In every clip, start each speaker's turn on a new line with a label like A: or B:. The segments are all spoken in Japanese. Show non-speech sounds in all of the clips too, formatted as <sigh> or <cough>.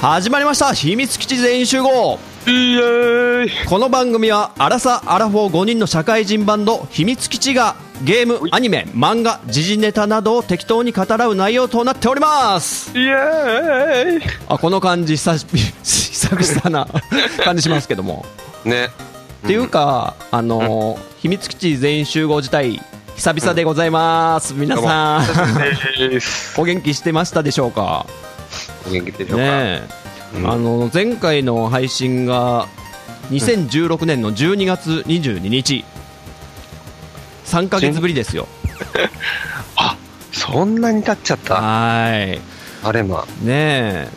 A: 始まりました秘密基地全員集合
B: イエーイ
A: この番組はアラサアラフォー5人の社会人バンド秘密基地がゲームアニメ漫画時事ネタなどを適当に語らう内容となっております
B: イエー
A: あこの感じ久し久々な感じしますけども、
B: イね
A: っていうかあのー秘密基地全員集合自体久々でございます、皆さん
B: です
A: お元気してましたでしょうか
B: お元気でしょうか、
A: ねえ、
B: うん
A: あの前回の配信が2016年の12月22日、3ヶ月ぶりですよ
B: あそんなに経っちゃった
A: はーい
B: あれま
A: ねえ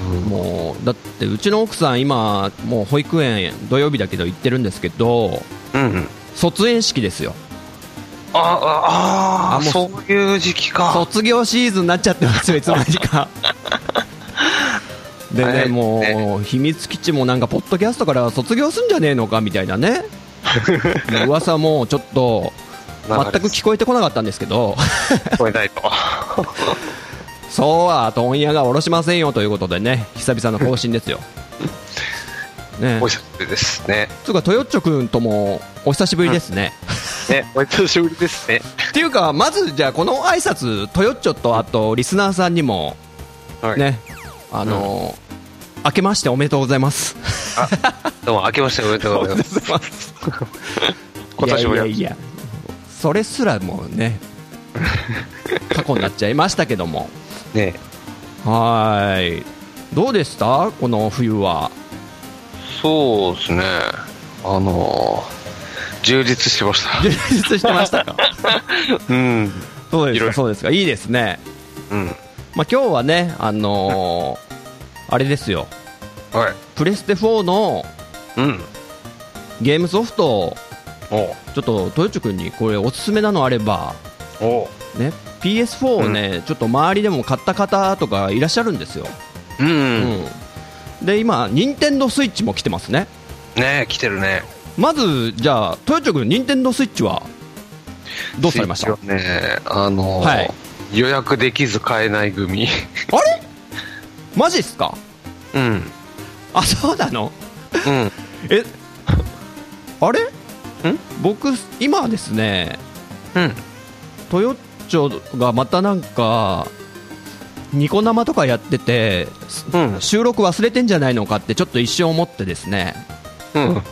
B: も
A: もうだってうちの奥さん今もう保育園土曜日だけど行ってるんですけど
B: うん、うん、
A: 卒園式ですよ
B: ああ
A: あ
B: ああ
A: もう
B: そういう時期か
A: 卒業シーズンになっちゃってますよいつの間に
B: <laughs>
A: かでね、
B: はい
A: もう秘密基地もなんかポッドキャストから卒業すんじゃねえのかみたいな
B: <laughs>
A: ね噂もちょっと全く聞こえてこなかったんですけど
B: 聞こえないと
A: そうは問屋が下ろしませんよということでね久々の更新ですよね
B: お久しぶりですね
A: つうかトヨッチョ君ともお久しぶりですね、
B: <laughs> ねお久しぶりですね
A: っていうかまずじゃあこの挨拶トヨッチョとあとリスナーさんにも
B: はい
A: ね、あのー明けましておめでとうございます
B: どうも明けましておめでとうございます
A: ざいます。
B: 今年も
A: いやい
B: や
A: やいや、それすらもう
B: <laughs>
A: ね、過去になっちゃいましたけども。
B: ね
A: はーい。どうでしたこの冬は。 <laughs>
B: そうですねあのー、充実してまし
A: 充実してま
B: <laughs>
A: したか
B: たうん
A: そうで
B: い
A: すか、
B: ろいろ
A: そうですか。いいですね。
B: うん
A: まあ今日はね、あのーあれですよ。
B: はい
A: プレステ4の
B: うん
A: ゲームソフトを、
B: お
A: ちょっと、豊地君にこれおすすめなのあれば、
B: お
A: ね、PS4 をね、ちょっと周りでも買った方とかいらっしゃるんですよ。
B: うん、
A: うん、で今、任天堂スイッチも来てますね、
B: ね来てるね
A: まずじゃあ、豊町君、任天堂スイッチはどうされました
B: スイッチはね、あのー
A: はい
B: 予約できず買えない組。
A: あれマジっすか
B: うん。
A: あそうなの
B: うん。
A: えあれ
B: ん
A: 僕、今ですね、
B: うん。
A: 豊町がまたなんか、ニコ生とかやってて、
B: うん。
A: 収録忘れてんじゃないのかってちょっと一瞬思ってですね、
B: うん。あ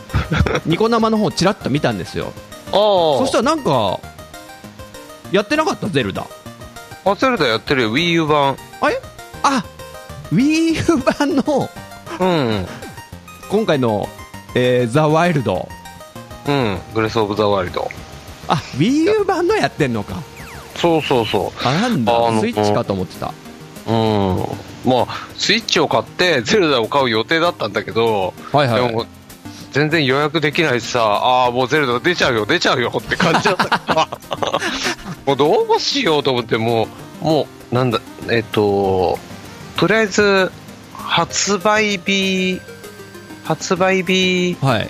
A: ニコ生の方ちらっと見たんですよ、
B: あ。そ
A: そしたらなんか、やってなかった、ゼルダ。
B: ら、あ、ゼルダやってるよ、Wii U 版。
A: あれあ Wii U 版の
B: うん。
A: 今回の、えー、ザ・ワイルド
B: うん。グレス・オブ・ザ・ワイルド。
A: あ Wii U 版のやってんのか
B: そうそうそ
A: あなん
B: あ
A: だ
B: の
A: スイッチかと思ってた
B: う。うん。まあ、スイッチを買って、ゼルダを買う予定だったんだけど、
A: はいはい
B: でも、全然予約できないしさ、ああ、もうゼルダ出ちゃうよ、出ちゃうよって感じだったから、
A: <laughs>
B: もうどうしようと思って、もう、もう、なんだ、えっと、とりあえず、発売日、発売日、
A: はい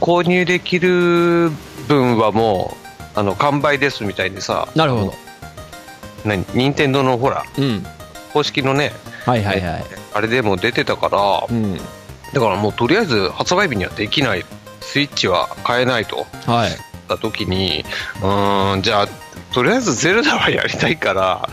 B: 購入できる分はもう、あの、完売ですみたいにさ、
A: なるほど
B: 何、任天堂のほら、
A: うん
B: 公式のね、
A: はいはいはい
B: あれでも出てたから、
A: うん
B: だからもうとりあえず発売日にはできない、スイッチは買えないと。
A: はい
B: った時にうーんじゃあとりあえずゼルダはやりたいから、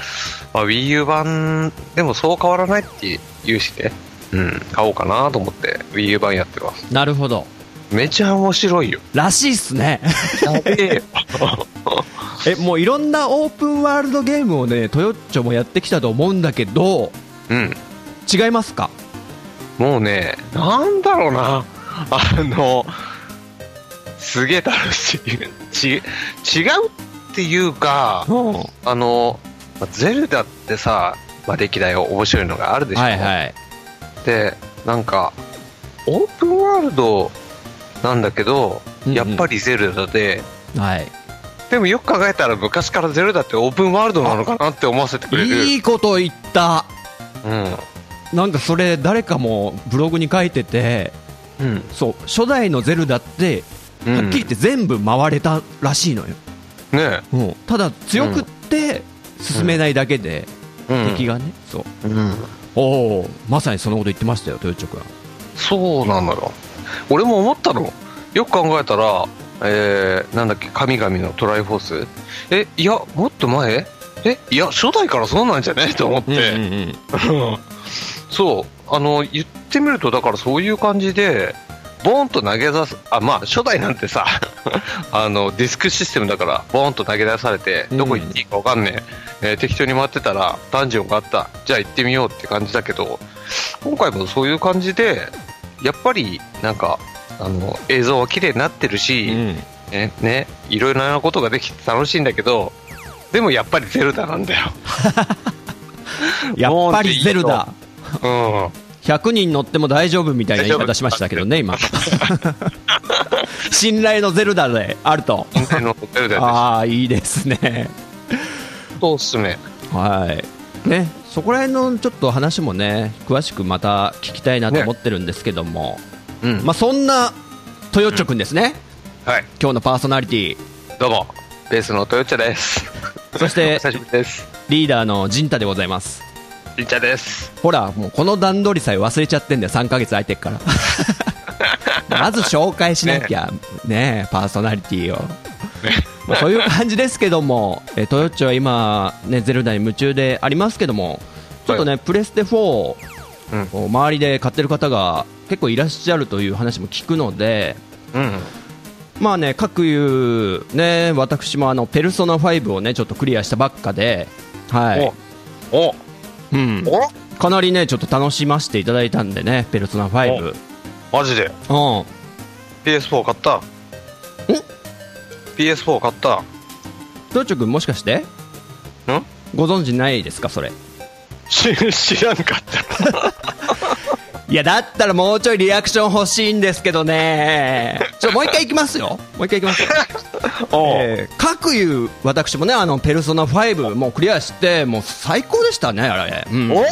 B: まあ、Wii U 版でもそう変わらないって言うしね、うん、買おうかなと思って Wii U 版やってます
A: なるほど
B: めちゃ面白いよ
A: らしいっす
B: <laughs>
A: ね
B: やべえよ
A: えもういろんなオープンワールドゲームをねトヨッチョもやってきたと思うんだけど
B: うん
A: 違いますか
B: もうねなんだろうなあのすげえ楽しいち違うっていうか
A: うん
B: あのまあゼルダってさ、まあ、歴代面白いのがあるでしょ、
A: はいはい
B: でなんかオープンワールドなんだけど、
A: うんうん
B: やっぱりゼルダで
A: はい
B: でもよく考えたら昔からゼルダってオープンワールドなのかなって思わせてくれる
A: いいこと言った
B: うん
A: なんかそれ誰かもブログに書いてて
B: うん
A: そう初代のゼルダって
B: うん
A: はっきり言って全部回れたらしいのよ、
B: ね
A: うんただ強くって進めないだけで、
B: え、うん、
A: 敵がねそう
B: うん
A: おおまさにそのこと言ってましたよ豊直は
B: そうなのよ俺も思ったのよく考えたらえー、なんだっけ神々のトライフォースえいやもっと前えいや初代からそうなんじゃねと思って、
A: うんうんうん
B: そうあの言ってみるとだからそういう感じでボーンと投げ出すあまあ初代なんてさ <laughs> あのディスクシステムだからボーンと投げ出されて
A: うん
B: どこ行っていいか分かんねえ、えー適当に回ってたらダンジョンがあったじゃあ行ってみようって感じだけど今回もそういう感じでやっぱりなんかあの映像は綺麗になってるし、
A: うん
B: ねねいろいろなことができて楽しいんだけどでもやっぱりゼルダなんだよ、
A: やっぱりゼルダ <laughs>
B: うん、
A: 100人乗っても大丈夫みたいな言い方しましたけどね、 <laughs> 今。信頼のゼルダであると。
B: 今回のゼルダで
A: ああ、いいですね。
B: すおすすめ
A: はい。ね、そこら辺のちょっと話もね、詳しくまた聞きたいなと思ってるんですけども、
B: うん
A: まあそんな豊ちょくんですね、
B: はい、
A: 今日のパーソナリティ
B: どうも、ベースのトヨッチャ <laughs> です。
A: そして
B: 久しぶりです。
A: リーダーの陣太でございます。
B: りっちゃです。
A: ほら、もうこの段取りさえ忘れちゃってんだよ、3ヶ月空いてっ
B: <laughs>
A: から。まず紹介しなきゃ、ねえパーソナリティを。まあそういう感じですけども、えートヨッチは今、ね、ゼルダに夢中でありますけども、ちょっとね、プレステ4を
B: うん
A: 周りで買ってる方が結構いらっしゃるという話も聞くので、
B: うん。
A: まあね、各有、ね、私もあの、ペルソナ5をね、ちょっとクリアしたばっかで、はい。
B: お、お、
A: うん
B: お、
A: かなりねちょっと楽しませていただいたんでね「ペルソナ5」
B: マジで
A: うん
B: PS4 買った。
A: え
B: ?PS4 買った。
A: トヨチョ君もしかして
B: ん
A: ご存知ないですかそれ
B: 知知らんかった。
A: いやだったらもうちょいリアクション欲しいんですけど
B: <laughs>
A: ねちょもう一回いきますよもう一回いきますよ、
B: お、
A: えー、各有私もねあの「ペルソナ5」もうクリアしてもう最高でしたねあれうん
B: お、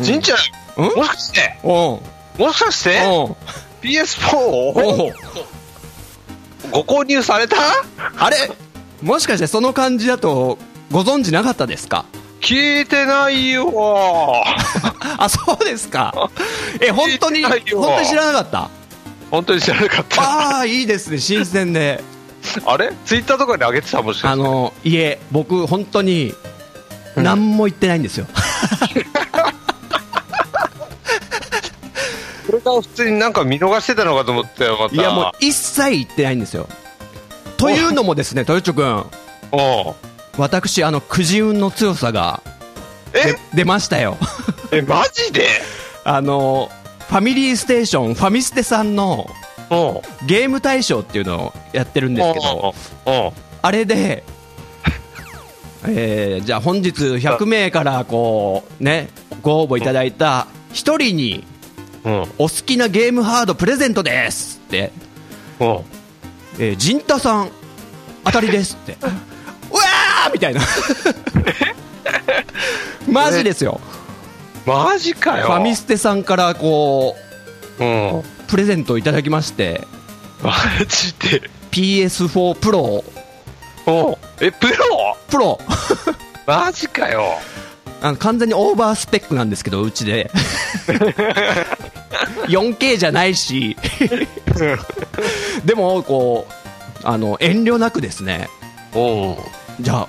B: じんちゃん、
A: うん
B: もしかして、
A: おう
B: もしかして、
A: おう
B: PS4 を
A: おう
B: ご購入された
A: あれもしかしてその感じだとご存知なかったですか
B: 聞いてないよ。
A: あそうです
B: <laughs>
A: かえ本当に
B: 知らな
A: 本
B: いよ
A: 当に知らなかった
B: 本当に知らなかった。
A: ああいいですね新鮮で
B: あれツイッターとかに上げてたもしか
A: あ
B: して。
A: のいえ僕本当に
B: うん
A: 何も言ってないんですよ、
B: これから普通になんか見逃してたのかと思ったよ、また。
A: いやもう一切言ってないんですよというのもですね豊町君
B: おう
A: 私あのくじ運の強さが
B: え
A: で出ましたよ
B: え、マジで
A: あのファミリーステーションファミステさんの
B: おう
A: ゲーム大賞っていうのをやってるんですけど
B: おう
A: あれで、えーじゃあ本日100名からこう、ね、ご応募いただいた1人に
B: うんうん
A: お好きなゲームハードプレゼントですって、
B: おう
A: えー、陣太さん当たりですって <laughs> うわーみたいな <laughs> マジですよ
B: マジか
A: フ
B: よ
A: ァミステさんからこ
B: うん
A: うプレゼントをいただきまして
B: マジで
A: PS4 プロ
B: おうえプロ
A: プロ <laughs>
B: マジかよ
A: あの完全にオーバースペックなんですけどうちで <laughs> 4K じゃない <laughs> しでもこうあの遠慮なくですね
B: おう
A: じゃあ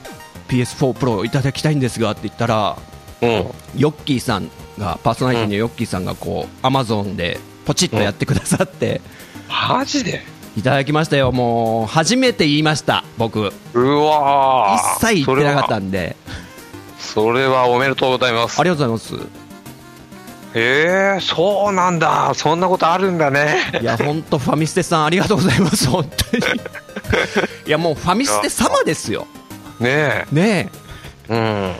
A: PS4 プロいただきたいんですがって言ったら
B: うん
A: ヨッキーさんがパーソナリティのヨッキーさんがこう Amazon でポチッとやってくださって
B: マジで
A: いただきましたよもう初めて言いました僕
B: うわー
A: 一切言ってなかったんで
B: それはそれはおめでとうございます
A: ありがとうございま
B: へえそうなんだそんなことあるんだね
A: すいや本当ファミステさんありがとうございます本当にいやもうファミステ様ですよ
B: ね
A: ねえ
B: えうん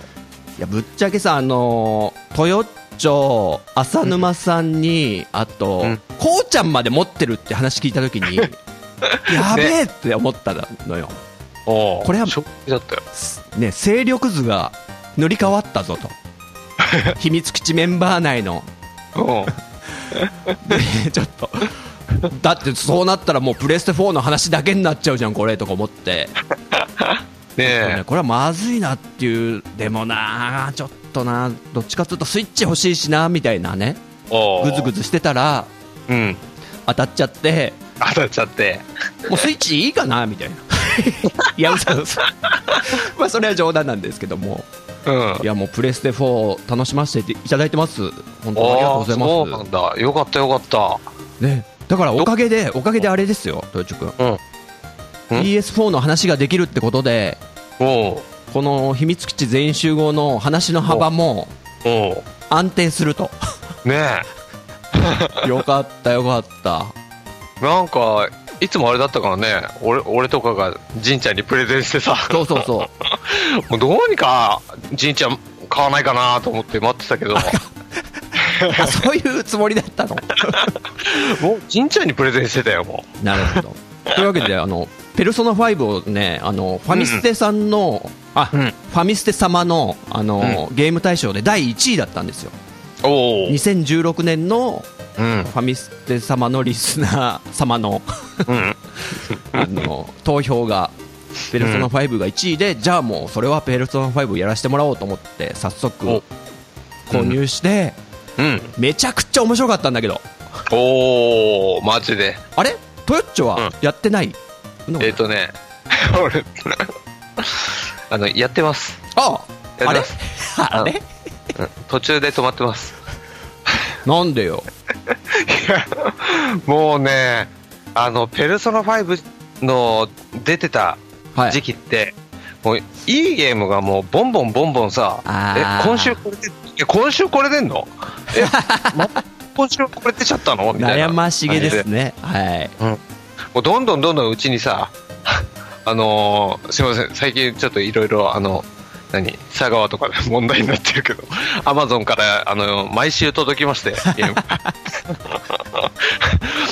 A: いやぶっちゃけさあのー豊町浅沼さんに、あと、
B: うん
A: こうちゃんまで持ってるって話聞いたとき
B: <laughs>
A: にやべえって思ったのよ、
B: おう
A: これは
B: ショックだったよ
A: ね、勢力図が塗り替わった
B: <laughs>
A: ぞと秘密基地メンバー内の
B: うん
A: でちょっとだってそうなったらもうプレステ4の話だけになっちゃうじゃんこれとか思って、
B: ね
A: これはまずいなっていうでもなあちょっとな、どっちかというとスイッチ欲しいしな、みたいなね、
B: おー
A: ぐずぐずしてたら、
B: うん。
A: 当たっちゃって、
B: 当たっちゃって。
A: もうスイッチいいかな、み <laughs> たいな。いや、嘘嘘。 <laughs> まあ、それは冗談なんですけども。
B: うん
A: い。や、もうプレステ4楽しませていただいてます。本当にありがとう
B: あ
A: ご
B: あ、
A: ざい
B: そう
A: ま
B: な
A: す。
B: んだ。よかったよかった。
A: ね、だからおかげで、おかげであれですよ、豊地君。
B: うん
A: PS4 の話ができるってことで、
B: おう
A: この秘密基地全員集合の話の幅も
B: おう
A: 安定す <laughs> ると。
B: ね
A: よかった、よかった。
B: え。なんか、いつもあれだったからね。俺、俺とかが、じんちゃんにプレゼンしてさ。 <laughs>
A: そうそうそう。 <laughs>
B: もうどうにか、じんちゃん買わないかなと思って待ってた
A: <laughs>
B: けど、
A: あそういうつもりだったの。
B: もうじんちゃんにプレゼンしてたよ、も
A: なるほ
B: <laughs>
A: ど。というわけで、あの、ペルソナ5をね、あの、ファミステさんの、あ、
B: うん
A: ファミステ様の、あの、ゲーム大賞で第1位だったんですよ。
B: う。おお。
A: 2016年の
B: うん。
A: ファミステ様のリスナー様の、
B: うん。
A: あの、投票が、ペルソナ5が1位で、じゃあもう、それはペルソナ5をやらせてもらおうと思って、早速
B: お、
A: 購入して、
B: うん。
A: めちゃくちゃ面白かったんだけど、
B: おお、マジで。
A: あれトヨッチョはやってない、
B: えっ、とね、 <laughs> 俺、あの、やってます。
A: ああれ
B: やって
A: あれ <laughs>
B: うん途中で止まってます。
A: なんでよ。
B: いや <laughs> もうね、あの、ペルソナ5の出てた
A: はい。
B: 時期って、もういいゲームがもうボンボンボンボンさ、
A: あー
B: え、今週これで、え、今週これでんの
A: <laughs>
B: え、ま、今週これ出ちゃったのみたいな。
A: 悩ましげですね。はい。
B: もうどんどんどんどんうちにさ、 <laughs> あのーすいません、最近ちょっといろいろ、あの、何佐川とかで問題になってるけど、 <laughs> アマゾンから、あの毎週届きまして、ゲーム。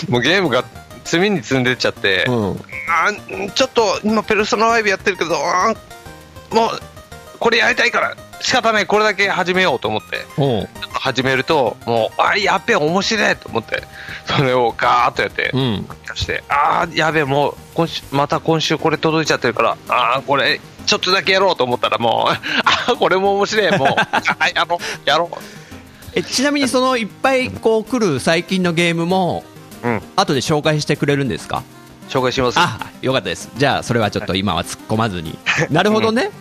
B: もうゲームが積みに積んでっちゃって、
A: うん。
B: あーちょっと今、ペルソナ5やってるけど、あーもう、これやりたいから、仕方ない、これだけ始めようと思って、
A: おう。
B: 始めると、もう、あ、やっべえ、面白いと思って、それをガーッとやって
A: う、ん。
B: して、あー、やべえ、もう今週、また今週これ届いちゃってるから、あー、これ、ちょっとだけやろうと思ったら、もう、 <laughs> あー、これも面白い、もう、 <laughs> はい、やろう、やろ
A: え、ちなみにそのいっぱいこう来る最近のゲームも、
B: う、うん、
A: 後で紹介してくれるんですか
B: 紹介します。
A: あ、よかったです。じゃあ、それはちょっと今は突っ込まずに。 <laughs> なるほどね。
B: はい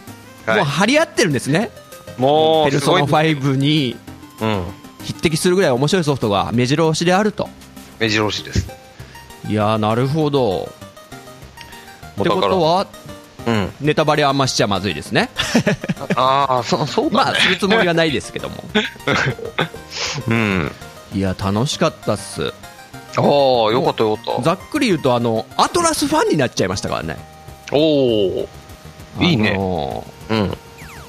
A: もう張り合ってるんですね。
B: も
A: ペ
B: う、
A: ル
B: す
A: ソ
B: ごい
A: ナ、5に
B: うん、
A: 匹敵するぐらい面白いソフトが目白押しであると。
B: 目白押しです。
A: いやー、なるほど。っ
B: も
A: て
B: うだ
A: こ
B: から
A: とは、
B: うん、
A: ネタバレあんましちゃまずいです <laughs> ね。
B: ああ、 <laughs> そそう
A: ま
B: だ
A: あ、
B: ね、
A: するつもりはないですけども。
B: うん、
A: いや、楽しかったっす。
B: ああ、よかった、よかった。
A: ざっくり言うとあのアトラスファンになっちゃいましたからね
B: おお、いいね
A: あの
B: うん、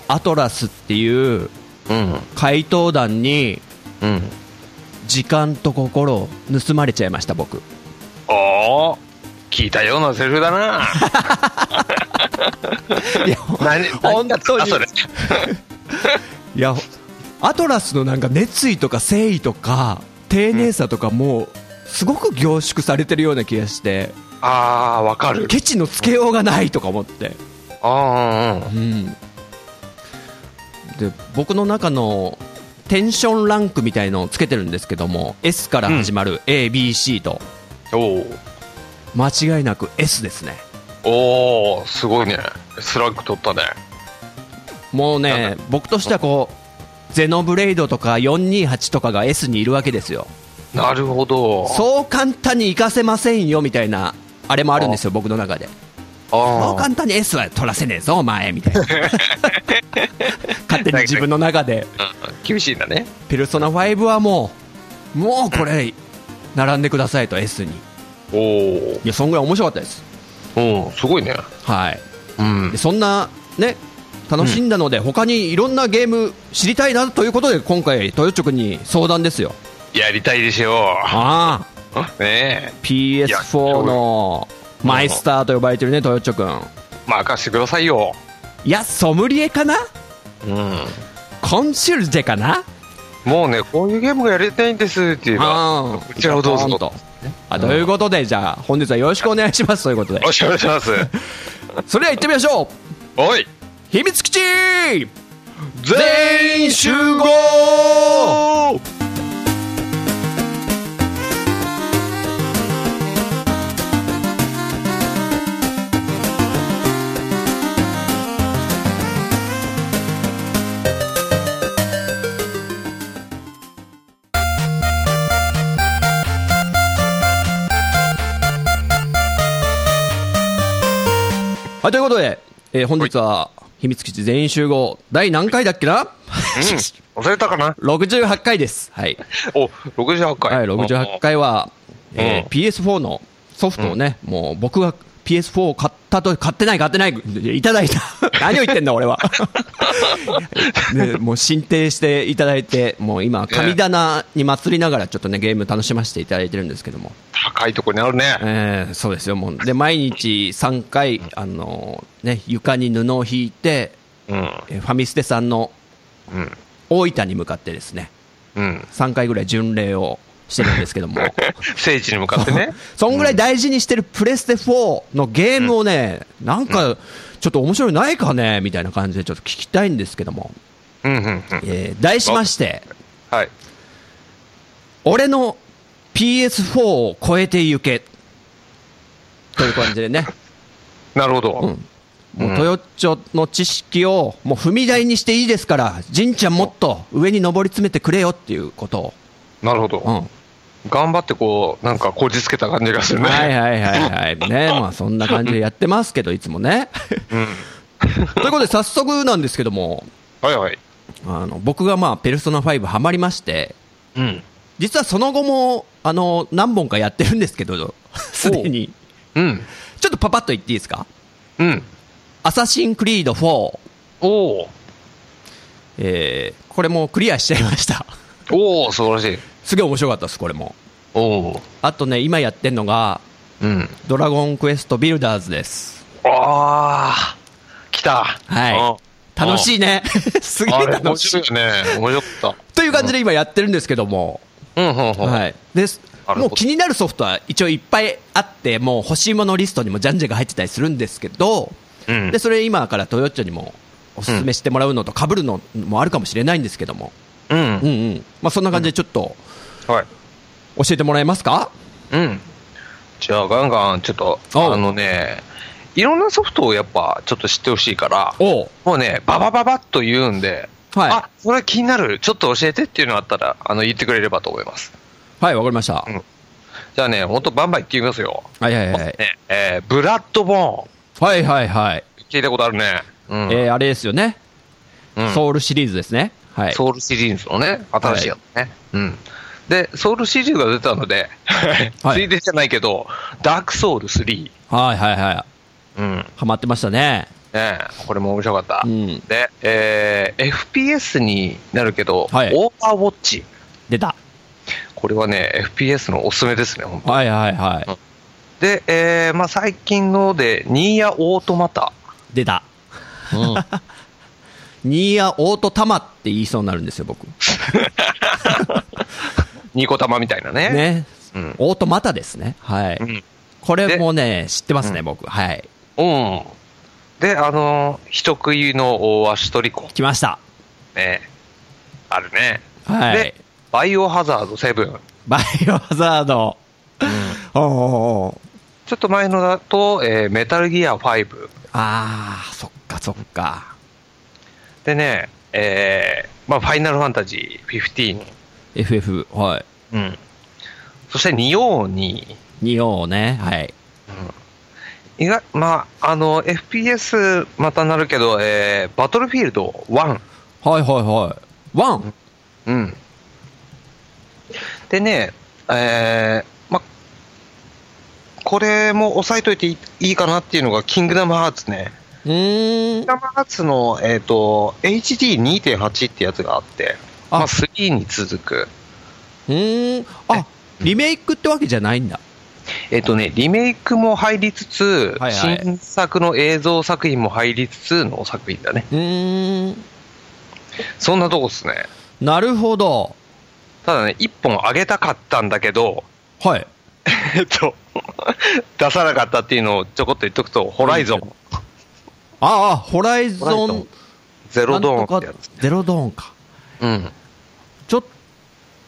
A: アトラスっていう
B: うん、
A: 怪盗団に
B: うん、
A: 時間と心を盗まれ <laughs> ちゃいました僕
B: ああ、聞いたようなセリフだ
A: <laughs>
B: な。
A: いや
B: 何、
A: 本当に
B: 何だったそれ。
A: いやアトラスのなんか熱意とか誠意とか丁寧さとかもうすごく凝縮されてるような気がして <laughs>
B: ああ、わかる。
A: ケチのつけようがないとか思って
B: ああ、うん。
A: うんで僕の中のテンションランクみたいのをつけてるんですけども S から始まる ABC と、
B: お
A: 間違いなく S ですね
B: おおーすごいねスラッグ取ったね
A: もうね僕としてはこうゼノブレイドとか428とかが S にいるわけですよ
B: なるほど
A: そう簡単に行かせませんよみたいなあれもあるんですよ僕の中でそう
B: あ
A: 簡単に S は取らせねえぞお前みたい <laughs> な勝手に自分の中で
B: あ厳しいんだね
A: ペルソナ5はもうもうこれ並んでくださいと S に
B: おお
A: いやそんぐらい面白かったです
B: うんすごいね
A: はい
B: うん
A: でそんなね楽しんだので、他にいろんなゲーム知りたいなということで今回豊直君に相談ですよ
B: やりたいでしょ
A: ああ
B: う <laughs> ね
A: PS4 のマイスターと呼ばれてるね豊直君
B: え任してくださいよ
A: いやソムリエかな
B: うん
A: コンシェルジェかな
B: もうねこういうゲームがやりたいんですって言えば
A: あ
B: こちらをどうぞ
A: とあということでじゃあ本日はよろしくお願いしますということで
B: お願い <laughs> します
A: それでは行ってみましょう
B: おい
A: 秘密基地
B: 全員集合
A: はい、ということで、えー本日は、秘密基地全員集合、第何回だっけ <laughs> な
B: うん。忘れたかな
A: ?68 回です。はい。
B: お、68回。
A: はい、68回は、えー
B: うん
A: PS4 のソフトをね、もう僕が PS4 を買ったと、買ってない、買ってない、いただいた。 <laughs> 何を言ってんだ、 <laughs> 俺は。ね、もう進呈していただいて、もう今、神棚に祭りながら、ちょっとね、ゲーム楽しませていただいてるんですけども。
B: 高いとこにあるね。
A: えーそうですよ、もう。で、毎日3回、あのね、床に布を引いて、
B: うん。
A: えーファミステさんの
B: うん。
A: 大分に向かってですね、
B: うん。 <laughs>
A: 3回ぐらい巡礼をしてるんですけども。
B: 聖地に向かって <laughs> ね。
A: <laughs> そんぐらい大事にしてるプレステ4のゲームをね、なんか、ちょっと面白いのないかねみたいな感じでちょっと聞きたいんですけども、
B: うん、うん、うん。
A: えー題しまして、
B: はい。
A: 俺の PS4 を超えてゆけ。という感じで
B: <laughs>
A: ね、
B: なるほど。
A: うん。もう、トヨッチョの知識を、もう踏み台にしていいですから、じんちゃんもっと上に上り詰めてくれよっていうことを。
B: なるほど。
A: うん。
B: 頑張ってこう、なんかこじつけた感じがするね。
A: はいはいはいはい。ね、まあそんな感じでやってますけど、いつもね。
B: うん。
A: ということで、早速なんですけども、
B: はいはい。
A: あの僕がまあ、ペルソナ5ハマりまして、
B: うん。
A: 実はその後も、あの、何本かやってるんですけど、すでに。
B: うん。
A: ちょっとパパッと言っていいですか
B: うん。
A: アサシンクリード4。
B: おお
A: えー、これもクリアしちゃいました。 <laughs>
B: おお素晴らしい。
A: すげえ面白かったです、これも。
B: おお
A: あとね、今やってんのが、
B: うん。
A: ドラゴンクエストビルダーズです。
B: ああ来
A: <laughs>
B: た。
A: は
B: あ
A: い。楽しいね。 <laughs> すげえ
B: あれ、面
A: 楽し
B: 白
A: い
B: い。よね。面白かっ
A: という感じで今やってるんですけども、
B: た。うん、ほんほん。
A: はい。です。
B: なるほど
A: もう気になるソフトは一応いっぱいあって、もう欲しいものリストにもジャンジャが入ってたりするんですけど、
B: うん
A: で、それ今からトヨッチョにもおすすめしてもらうのと被るのもあるかもしれないんですけども、
B: う
A: うん
B: ん。
A: うん。まあそんな感じでちょっと
B: はい。
A: 教えてもらえますか
B: うん。じゃあ、ガンガン、ちょっと、
A: おう
B: あのね、いろんなソフトをやっぱ、ちょっと知ってほしいから、
A: おう
B: もうね、ババババッと言うんで、
A: はい
B: あ、それ気になる、ちょっと教えてっていうのあったら、あの、言ってくれればと思います。
A: はい、わかりました。
B: うんじゃあね、ほんとバンバン言ってみますよ。
A: はいはいはい。
B: ねえーブラッドボーン。
A: はいはいはい。
B: 聞いたことあるね。うん。
A: えー、あれですよね。
B: うん
A: ソウルシリーズですね。はい。
B: ソウルシリーズのね、新しいやつね。うん。で、ソウルシリーズが出たので、
A: はい
B: <laughs> ついでじゃないけど、ダークソウル3。
A: はいはいはい。
B: うん。ね
A: ハマってましたね。
B: えこれも面白かった。
A: うん
B: で、えー FPS になるけど、
A: はい
B: オーバーウォッチ。
A: 出た。
B: これはね、FPS のおすすめですね、ほんと
A: はいはいはい。
B: で、えーまあ最近ので、ニーヤオートマタ。
A: 出た。ニーヤオートタマって言いそうになるんですよ、僕。
B: <laughs> ニコタマみたいなね。
A: ね。
B: うん
A: オートマタですね。は
B: う
A: い。
B: ん。
A: これもね、知ってますね、僕。はい。
B: うん。で、あのー人食いのおアシトリコ。
A: 来ました。
B: ね。あるね。
A: は
B: で
A: い。、
B: バイオハザード7。
A: バイオハザード。おうおうおう
B: ちょっと前のだと、えーメタルギア5。
A: あー、そっかそっか。
B: でね、えーまあ、ファイナルファンタジー15。
A: FF、はい。
B: うん。そして、ニオーニ
A: 2王ね。はい。
B: ー。意外、まあ、あの、FPS またなるけど、えーバトルフィールド1。
A: はいはいはい。ワン
B: うん。でね、えー、ま、これも押さえといていいいいかなっていうのが、キングダムハーツね。
A: うー
B: キン
A: ん
B: グ。ダムハーツの、えっ、と、HD2.8 ってやつがあって、
A: あ
B: まあ、3に続く。
A: うーん。あ、リメイクってわけじゃないんだ。
B: えっ、とね、リメイクも入りつつ、
A: はいはい
B: 新作の映像作品も入りつつの作品だね。
A: うーん。
B: そんなとこっすね。
A: なるほど。
B: ただね、一本上げたかったんだけど、 <laughs>
A: はい。
B: えっと、 <laughs> 出さなかったっていうのをちょこっと言っとくと、ホライゾン。
A: ああ、ホライ
B: ホライ
A: ゾ
B: ゾ
A: ン
B: ンゼロドーンってやつ。
A: ゼロドーンか。
B: うん。
A: ちょっと、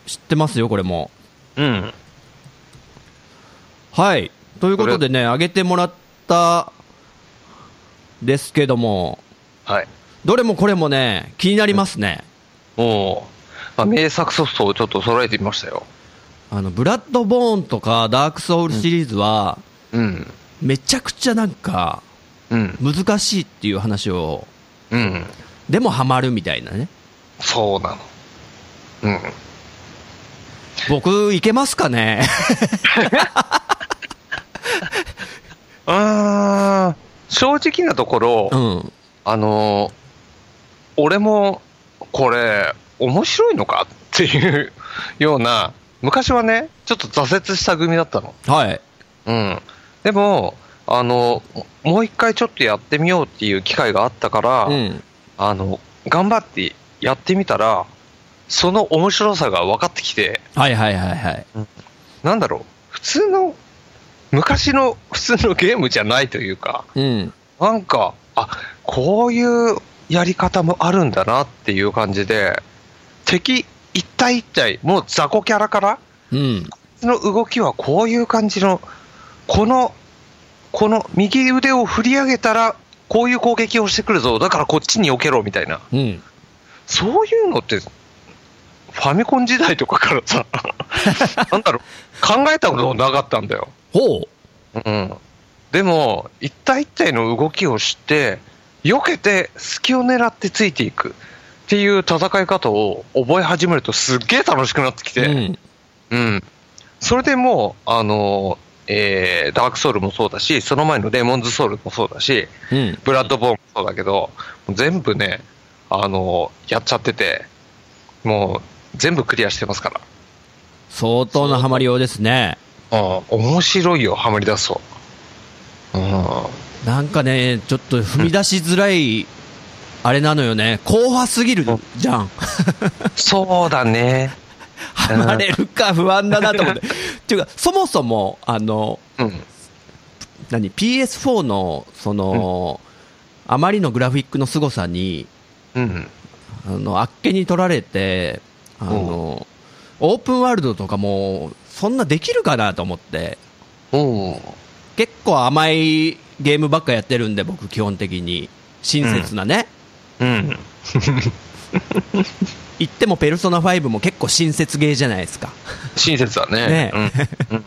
A: 知ってますよ、これも。
B: うん。
A: はい。ということでね、あげてもらった、ですけども、
B: はい。
A: どれもこれもね、気になりますね。
B: おーまあ、名作ソフトをちょっと揃えてみましたよ。
A: あの、ブラッドボーンとか、ダークソウルシリーズは、
B: うん。
A: めちゃくちゃなんか、
B: うん。
A: 難しいっていう話を、
B: うん。
A: でもハマるみたいなね。
B: そうなの。うん。
A: 僕、いけますかね
B: あー正直なところ、
A: うん。
B: あのー俺も、これ、面白いのかっていうような、昔はね、ちょっと挫折した組だったの。
A: はい。
B: うん。でも、あの、もう一回ちょっとやってみようっていう機会があったから、
A: うん。
B: あの、頑張ってやってみたら、その面白さが分かってきて、
A: はいはいはいはい。
B: なんだろう、普通の、昔の普通のゲームじゃないというか、
A: うん。
B: なんか、あ、こういうやり方もあるんだなっていう感じで、敵一体一体、もう雑魚キャラから、
A: うん。
B: この動きはこういう感じの、この、この右腕を振り上げたら、こういう攻撃をしてくるぞ、だからこっちに避けろみたいな、
A: うん。
B: そういうのって、ファミコン時代とかから <laughs> さ、なんだろう、考えたこともなかったんだよ。
A: ほう。
B: うん、でも、一体一体の動きをして、避けて、隙を狙ってついていくっていう戦い方を覚え始めると、すっげえ楽しくなってきて。
A: うん。
B: うん。それでもう、あの、えーダークソウルもそうだし、その前のデーモンズソウルもそうだし、
A: うん。
B: ブラッドボーンもそうだけど、全部ね、あの、やっちゃってて、もう全部クリアしてますか
A: 相当なハマりようですね。
B: ら。うん、面白いよ、ハマり出すと。うん。
A: なんかね、ちょっと踏み出しづらい、あれなのよね。硬派すぎるじゃん。
B: そうだね。
A: ハマれるか不安だなと思って。っていうか、そもそも、あの、
B: うん。
A: 何 PS4 のその、あまりのグラフィックの凄さに
B: うん。
A: あのあっけに取られてあのオープンワールドとかもそんなできるかなと思って
B: うん。
A: 結構甘いゲームばっかやってるんで僕基本的に親切なね、
B: うん。
A: 言っても「ペルソナ5」も結構親切ゲーじゃないですか
B: 親切だね。
A: ね
B: うん。うん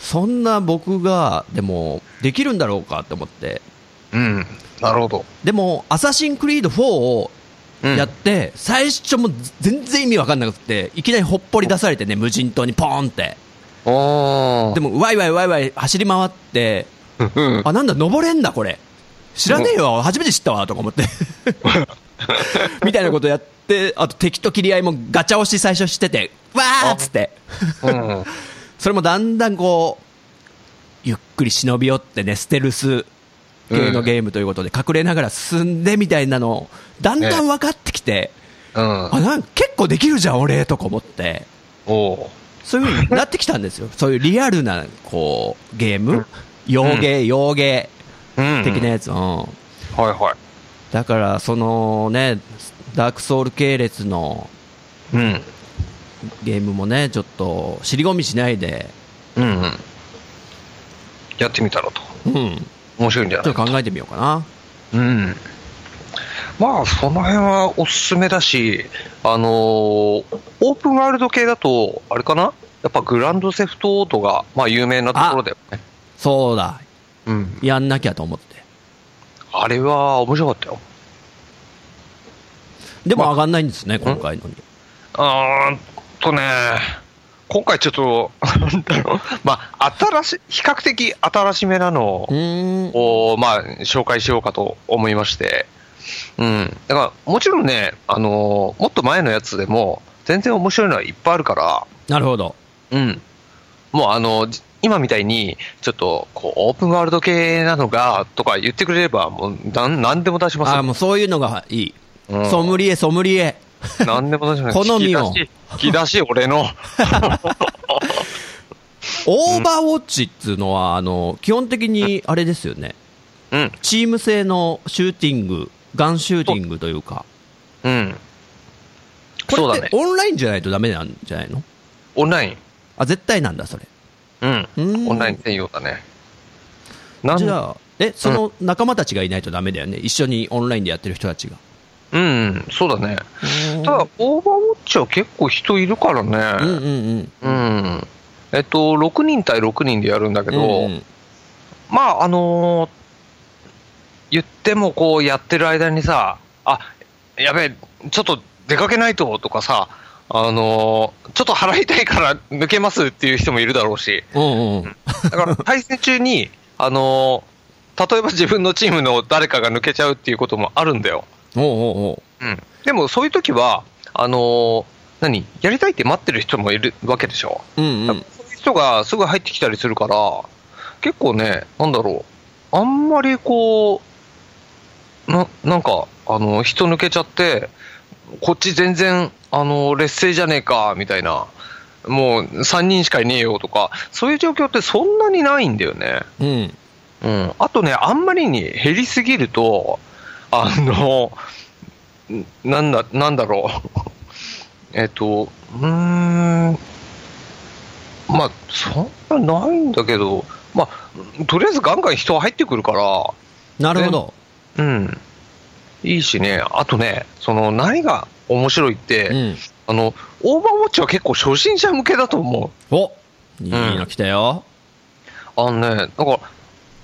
A: そんな僕がでもできるんだろうかと思って
B: うん。なるほど。
A: でも「アサシン・クリード4」を
B: うん
A: やって、最初もう全然意味わかんなくて、いきなりほっぽり出されてね、無人島にポーンって。
B: おー
A: でも、ワイワイワイワイ走り回って、
B: うん。
A: あ、なんだ、登れんだ、これ。知らねえよ、初めて知ったわ、とか思って。みたいなことやって、あと敵と切り合いもガチャ押し最初してて、わーっつって。
B: うん。
A: それもだんだんこう、ゆっくり忍び寄ってね、ステルス系のゲームということで、隠れながら進んでみたいなのを、だんだん分かってきて、
B: うん。
A: あなん結構できるじゃん、俺とか思って、
B: おー
A: そういう風になってきたんですよ、そういうリアルなこうゲーム、洋芸、洋芸
B: うん
A: 的なやつ、うん
B: はいは
A: だから、そのね、ダークソウル系列の
B: い。うん。
A: ゲームもね、ちょっと尻込みしないで、
B: うん、うん。やってみたらと。
A: うん、ち
B: 面白いんじゃ
A: ょっ
B: ない
A: と
B: か。
A: 考えてみようかな。
B: うん。まあ、その辺はおすすめだし、あのーオープンワールド系だと、あれかなやっぱグランドセフトオートが、まあ、有名なところだよね。
A: そうだ、
B: うん。
A: やんなきゃと思って。
B: あれは面白かったよ。
A: でも
B: まあ
A: 上がんないんですね、今回のに。
B: あーっとね、今回ちょっと、 <laughs> なんだろう。まあ、新し、比較的新しめなのを
A: うーん。
B: を、まあ、紹介しようかと思いまして、うん、だからもちろんね、あのーもっと前のやつでも、全然面白いのはいっぱいあるか
A: なるほど。
B: ら、うん、もう、あのじ今みたいに、ちょっとこうオープンワールド系なのがとか言ってくれれば、もうなん何でも出します
A: あ
B: よ
A: ーもうそういうのがいい。
B: うん
A: ソムリエ、ソムリエ。
B: 何でも出します
A: 好みを
B: 引き出し、引き出し、俺の。
A: オーバーウォッチっていうのは、あの、基本的にあれですよね。
B: うん、
A: チーム制のシューティングガンシューティングというか。
B: うん。
A: これっ
B: そうだね
A: てオンラインじゃないとダメなんじゃないの
B: オンライン。
A: あ、絶対なんだ、それ。
B: うん。
A: うん
B: オンライン専用だね。なん
A: じゃあ、え、その仲間たちがいないとダメだよね。一緒にオンラインでやってる人たちが。
B: うん、うん、そうだね。ただ、オーバーウォッチは結構人いるから
A: うんうん
B: ね。
A: うん。
B: うん。えっと、6人対6人でやるんだけど、
A: うんうん
B: まあ、あのー言ってもこうやってる間にさ、あ、やべえ、ちょっと出かけないととかさ、あのーちょっと払いたいから抜けますっていう人もいるだろうし、
A: うんうん。
B: だから対戦中に、あのー例えば自分のチームの誰かが抜けちゃうっていうこともあるんだよ。
A: おうおうおう。
B: うん。でもそういう時は、あのー何やりたいって待ってる人もいるわけでしょ。
A: うんうん。
B: そういう人がすぐ入ってきたりするから、結構ね、なんだろう、あんまりこう、ななんか、あの人抜けちゃって、こっち全然、あの劣勢じゃねえかみたいな、もう3人しかいねえよとか、そういう状況ってそんなにないんだよね。
A: うん。
B: うん、あとね、あんまりに減りすぎると、あの、なんだ、なんだろ <laughs> う。えっと、うーん、まあ、そんなないんだけど、まあ、とりあえずガンガン人は入ってくるか
A: なるほど。
B: ら、うん、いいしね、あとね、その、何が面白いって、
A: うん。
B: あの、オーバーウォッチは結構初心者向けだと思う。
A: おいいの来たよ。
B: あのね、なんか、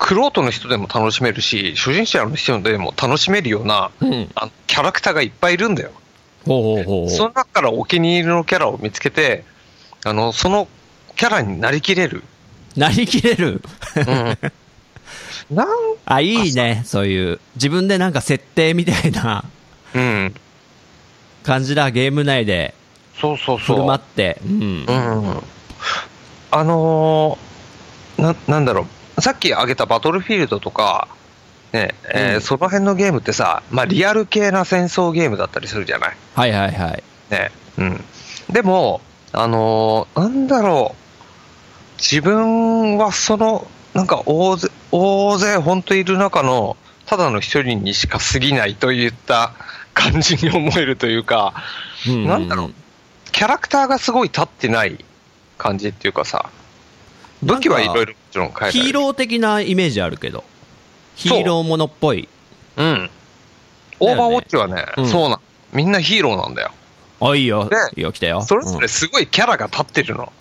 B: クロートの人でも楽しめるし、初心者の人でも楽しめるような、
A: うん。
B: あのキャラクターがいっぱいいるんだよ。
A: ほうほうほう
B: そ
A: ほ
B: の中からお気に入りのキャラを見つけて、あの、そのキャラになりきれる。
A: う。なりきれ
B: <laughs>
A: る。 <laughs>
B: うん。なん、
A: あ、いいね。そういう。自分でなんか設定みたいな
B: うん。
A: 感じだ。ゲーム内で
B: そうそうそ
A: 振
B: う。
A: る舞って。うん
B: う。ん。あのーな、なんだろう。さっき挙げたバトルフィールドとか、ね、えー
A: うん
B: その辺のゲームってさ、まあリアル系な戦争ゲームだったりするじゃない。
A: はいはいはい。
B: ね。うん。でも、あのーなんだろう。自分はその、なんか大勢、大勢本当いる中の、ただの一人にしか過ぎないといった感じに思えるというか、
A: うう
B: なんだろうキャラクターがすごい立ってない感じっていうかさ、武器はいろいろもちろん変えられる。
A: ヒーロー的なイメージあるけど。ヒーローものっぽい。
B: うん。オーバーウォッチはね、
A: うん
B: そうなん。みんなヒーローなんだよ。
A: あ、いいよ
B: ね。
A: いいよ、来たよ。
B: それぞれすごいキャラが立ってるの。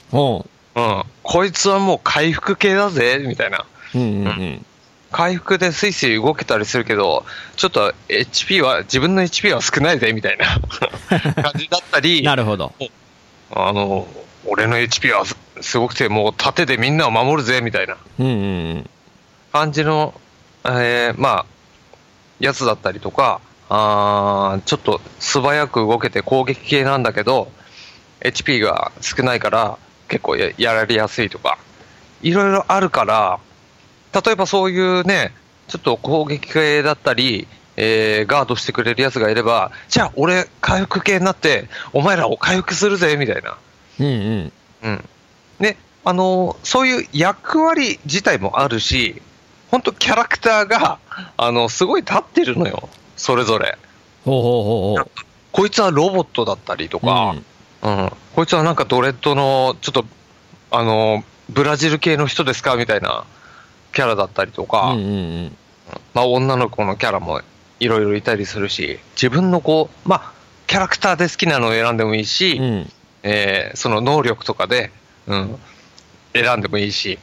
A: うん。
B: うん。こいつはもう回復系だぜ、みたいな。
A: うんうんうん。
B: 回復でスイスイ動けたりするけど、ちょっと HP は、自分の HP は少ないぜみた
A: <laughs>
B: いな感じだったり、
A: なるほど。
B: あの、俺の HP はすすごくて、もう盾でみんなを守るぜみたいな
A: うんうん
B: 感じの、えーまあ、やつだったりとか、あーちょっと素早く動けて攻撃系なんだけど、HP が少ないから結構ややられやすいとか、いろいろあるから、例えばそういうね、ちょっと攻撃系だったり、えーガードしてくれるやつがいれば、じゃあ俺回復系になって、お前らを回復するぜ、みたいな。
A: うん。うんうん。
B: うん。で、あのーそういう役割自体もあるし、本当キャラクターが、あの、すごい立ってるのよ。それぞれ。
A: ほうほうほうほう。
B: こいつはロボットだったりとか、うん。こいつはなんかドレッドの、ちょっと、あのーブラジル系の人ですかみたいなキャラだったりとか、
A: うんうんうん。
B: まあ女の子のキャラもいろいろいたりするし、自分のこう、まあ、キャラクターで好きなのを選んでもいいし、
A: うん
B: えーその能力とかで、うん、選んでもいいし、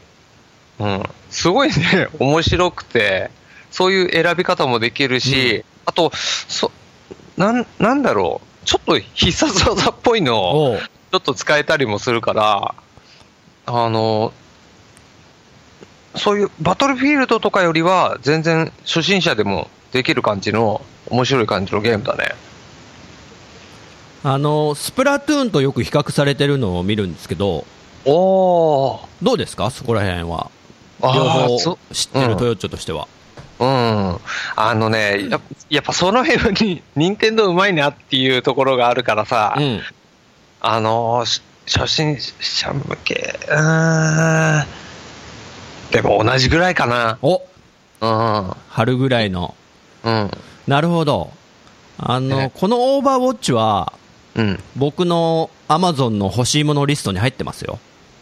B: うん、すごいね、 <laughs> 面白くて、そういう選び方もできるし、あと、そ、なん、なんだろう、ちょっと必殺技っぽいのを
A: おう
B: ちょっと使えたりもするから、あの、そういうバトルフィールドとかよりは全然初心者でもできる感じの面白い感じのゲームだね。
A: あの、スプラトゥーンとよく比較されてるのを見るんですけど、
B: おー。
A: どうですかそこら辺は。両
B: あーそ
A: 方知って
B: う
A: る
B: ん
A: トヨッチョとしては。
B: うん。あのね、やっぱやっぱその辺に、 <laughs> 任天堂うまいなっていうところがあるからさ、
A: うん。
B: あのー、し初心者向け、うーん。でも同じぐらいか
A: お
B: な。
A: 春ぐらいの。
B: うん。うん。
A: なるほど。あの、
B: ね
A: このオーバーウォッチは、
B: うん。
A: 僕の Amazon の欲しいものリストに入ってますよ。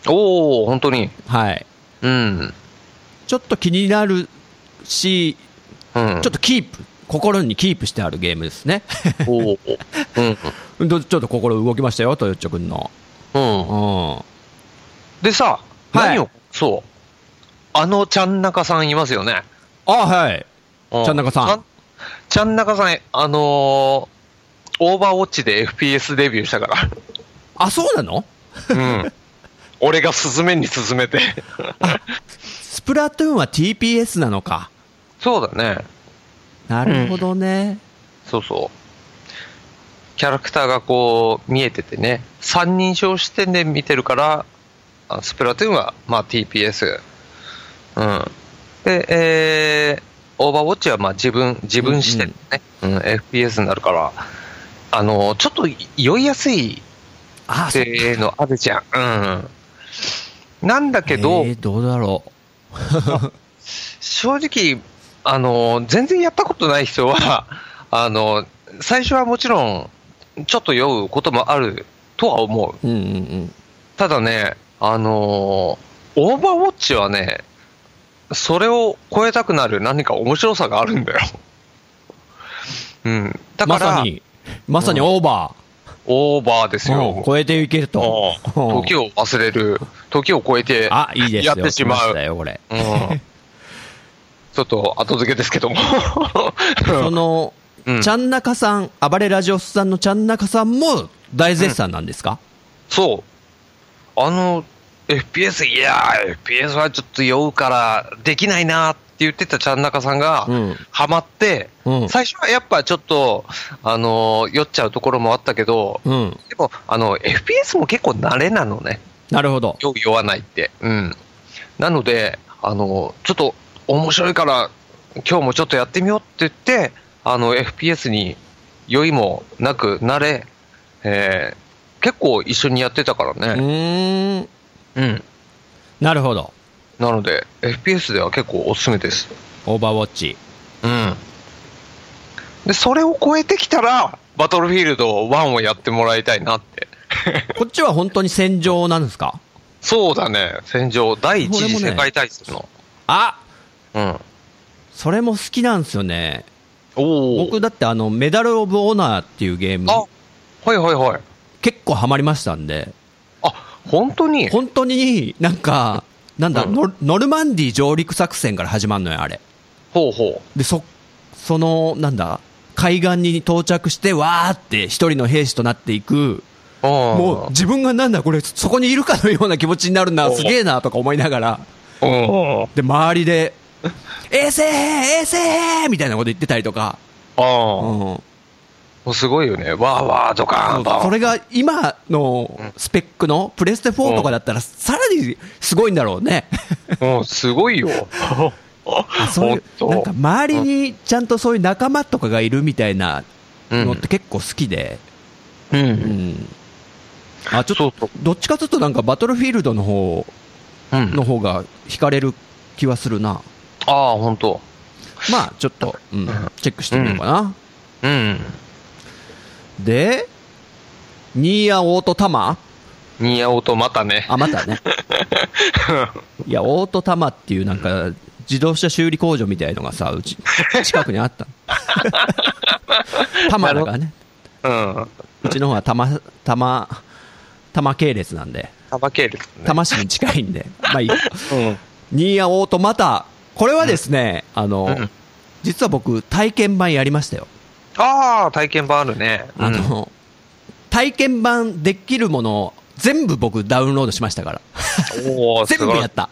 B: おお本当に。
A: はい。
B: うん。
A: ちょっと気になるし、
B: うん。
A: ちょっとキープ、心にキープしてあるゲームですね。 <laughs>
B: と。おおうん。
A: どちょっと心動きましたよ、トヨッチョ君の。
B: うん。
A: う
B: でさ、
A: はい
B: 何を、そう。あのちゃんなかさんいますよね。
A: ん。あ、はい。
B: う
A: ちゃんなかさん。
B: ちゃんなかさん、あのーオーバーウォッチで FPS デビューした <laughs> か
A: あ、そうなの
B: ら。うん。俺がスズメに進めて。
A: スプラトゥーンは TPS なのか。
B: そうだね。
A: なるほどね。
B: そうそう。キャラクターがこう見えててね、三人称視点で見てるから、あスプラトゥーンは、まあ、TPS。うん。で、えー、オーバーウォッチはまあ自分、自分視点ね、うん FPS になるから、あの、ちょっと酔いやすい
A: あ、
B: っていうのあるじゃん。うん。なんだけど、
A: えーどうだろう。
B: 正直、あの、全然やったことない人は、あの、最初はもちろん、ちょっと酔うこともあるとは思
A: う
B: う。
A: んうんうん。
B: ただね、あの、オーバーウォッチはね、それを超えたくなる何か面白さがあるんだよ。うん。だか
A: ま
B: ら、
A: さに、まさにオーバ
B: オーバーです
A: ー。
B: よ
A: うん。超えていけると。
B: うん時を忘れる。時を超えて、
A: あ、いいですよ。
B: やってしま
A: 来
B: う
A: し。たよ、これ。
B: うんちょっと後付けですけども。
A: その、
B: うん
A: ちゃんなかさん、暴れラジオスさんのちゃんなかさんも大絶賛なんですか、
B: そう。あの、FPS、いやー、FPS はちょっと酔うから、できないなーって言ってたちゃん中さんが、
A: うん
B: ハマって、
A: うん
B: 最初はやっぱちょっと、あのー酔っちゃうところもあったけど、
A: うん、
B: でも、あの、FPS も結構慣れなのね。
A: なるほど。
B: 酔う酔わないって。うん。なので、あの、ちょっと面白いから、今日もちょっとやってみようって言って、あの、FPS に酔いもなくなれ、えー結構一緒にやってたから
A: う
B: ね。
A: ーん。
B: うん。
A: なるほど。
B: なので、FPS では結構おすすめです。
A: オーバーウォッチ。
B: うん。で、それを超えてきたら、バトルフィールド1をやってもらいたいなって。
A: こっちは本当に戦場なんですか
B: そうだね、戦場、第一
A: 俺
B: 次
A: もね
B: 世界大戦の。
A: あ
B: うん。
A: それも好きなんですよね。
B: おお。
A: 僕だってあの、メダルオブオーナーっていうゲーム、
B: あ、はいはいはい。
A: 結構ハマりましたんで、
B: あ、本当に
A: 本当になんか、なんだ、
B: うん
A: ノルノルマンディ上陸作戦から始まるのよ、あれ。
B: ほうほ
A: で、そ、その、なんだ、海岸に到着して、わーって一人の兵士となっていく、
B: う。
A: もう自分がなんだこれ、そこにいるかのような気持ちになるな、
B: おう
A: すげえな、とか思いながら、
B: うん、うん。
A: で、周り
B: <laughs>
A: で、衛星兵衛星兵みたいなこと言ってたりとか、うん。
B: あ
A: そう
B: あ、すごいよね。わーわー、ドカーン、バーン。
A: それが今のスペックのプレステ4とかだったら、さらにすごいんだろうね。
B: うん、すごいよ。
A: <laughs> そうい
B: 本
A: う、
B: 当
A: なんか周りにちゃんとそういう仲間とかがいるみたいなのって結構好きで、
B: う。
A: うんん。あ、ちょっ
B: そう
A: と
B: そう、
A: どっちかというとなんかバトルフィールドの方
B: うん。
A: の方が惹かれる気はするな。
B: ああ、本当。
A: まあ、ちょっと、うん、チェックしてみようかな。
B: うん。
A: で、ニーヤオートタマ
B: ニアオとまたね。
A: あ、また
B: <laughs>
A: ね。いや、オートタマっていうなんか、自動車修理工場みたいのがさ、うち、近くにあ
B: <laughs>
A: ったの。タマだからね。
B: うん。
A: うちの方は玉、玉、玉系列なんで、
B: 玉系列ね。
A: 玉市に近いんで、まあいい。
B: うん。
A: ニーヤオートマタ、これはですね、あの、
B: うん
A: 実は僕、体験版やりましたよ。
B: ああ、体験版あるね。
A: あの、体験版できるものを全部僕ダウンロードしましたから。
B: うん、おお、
A: 全部やった。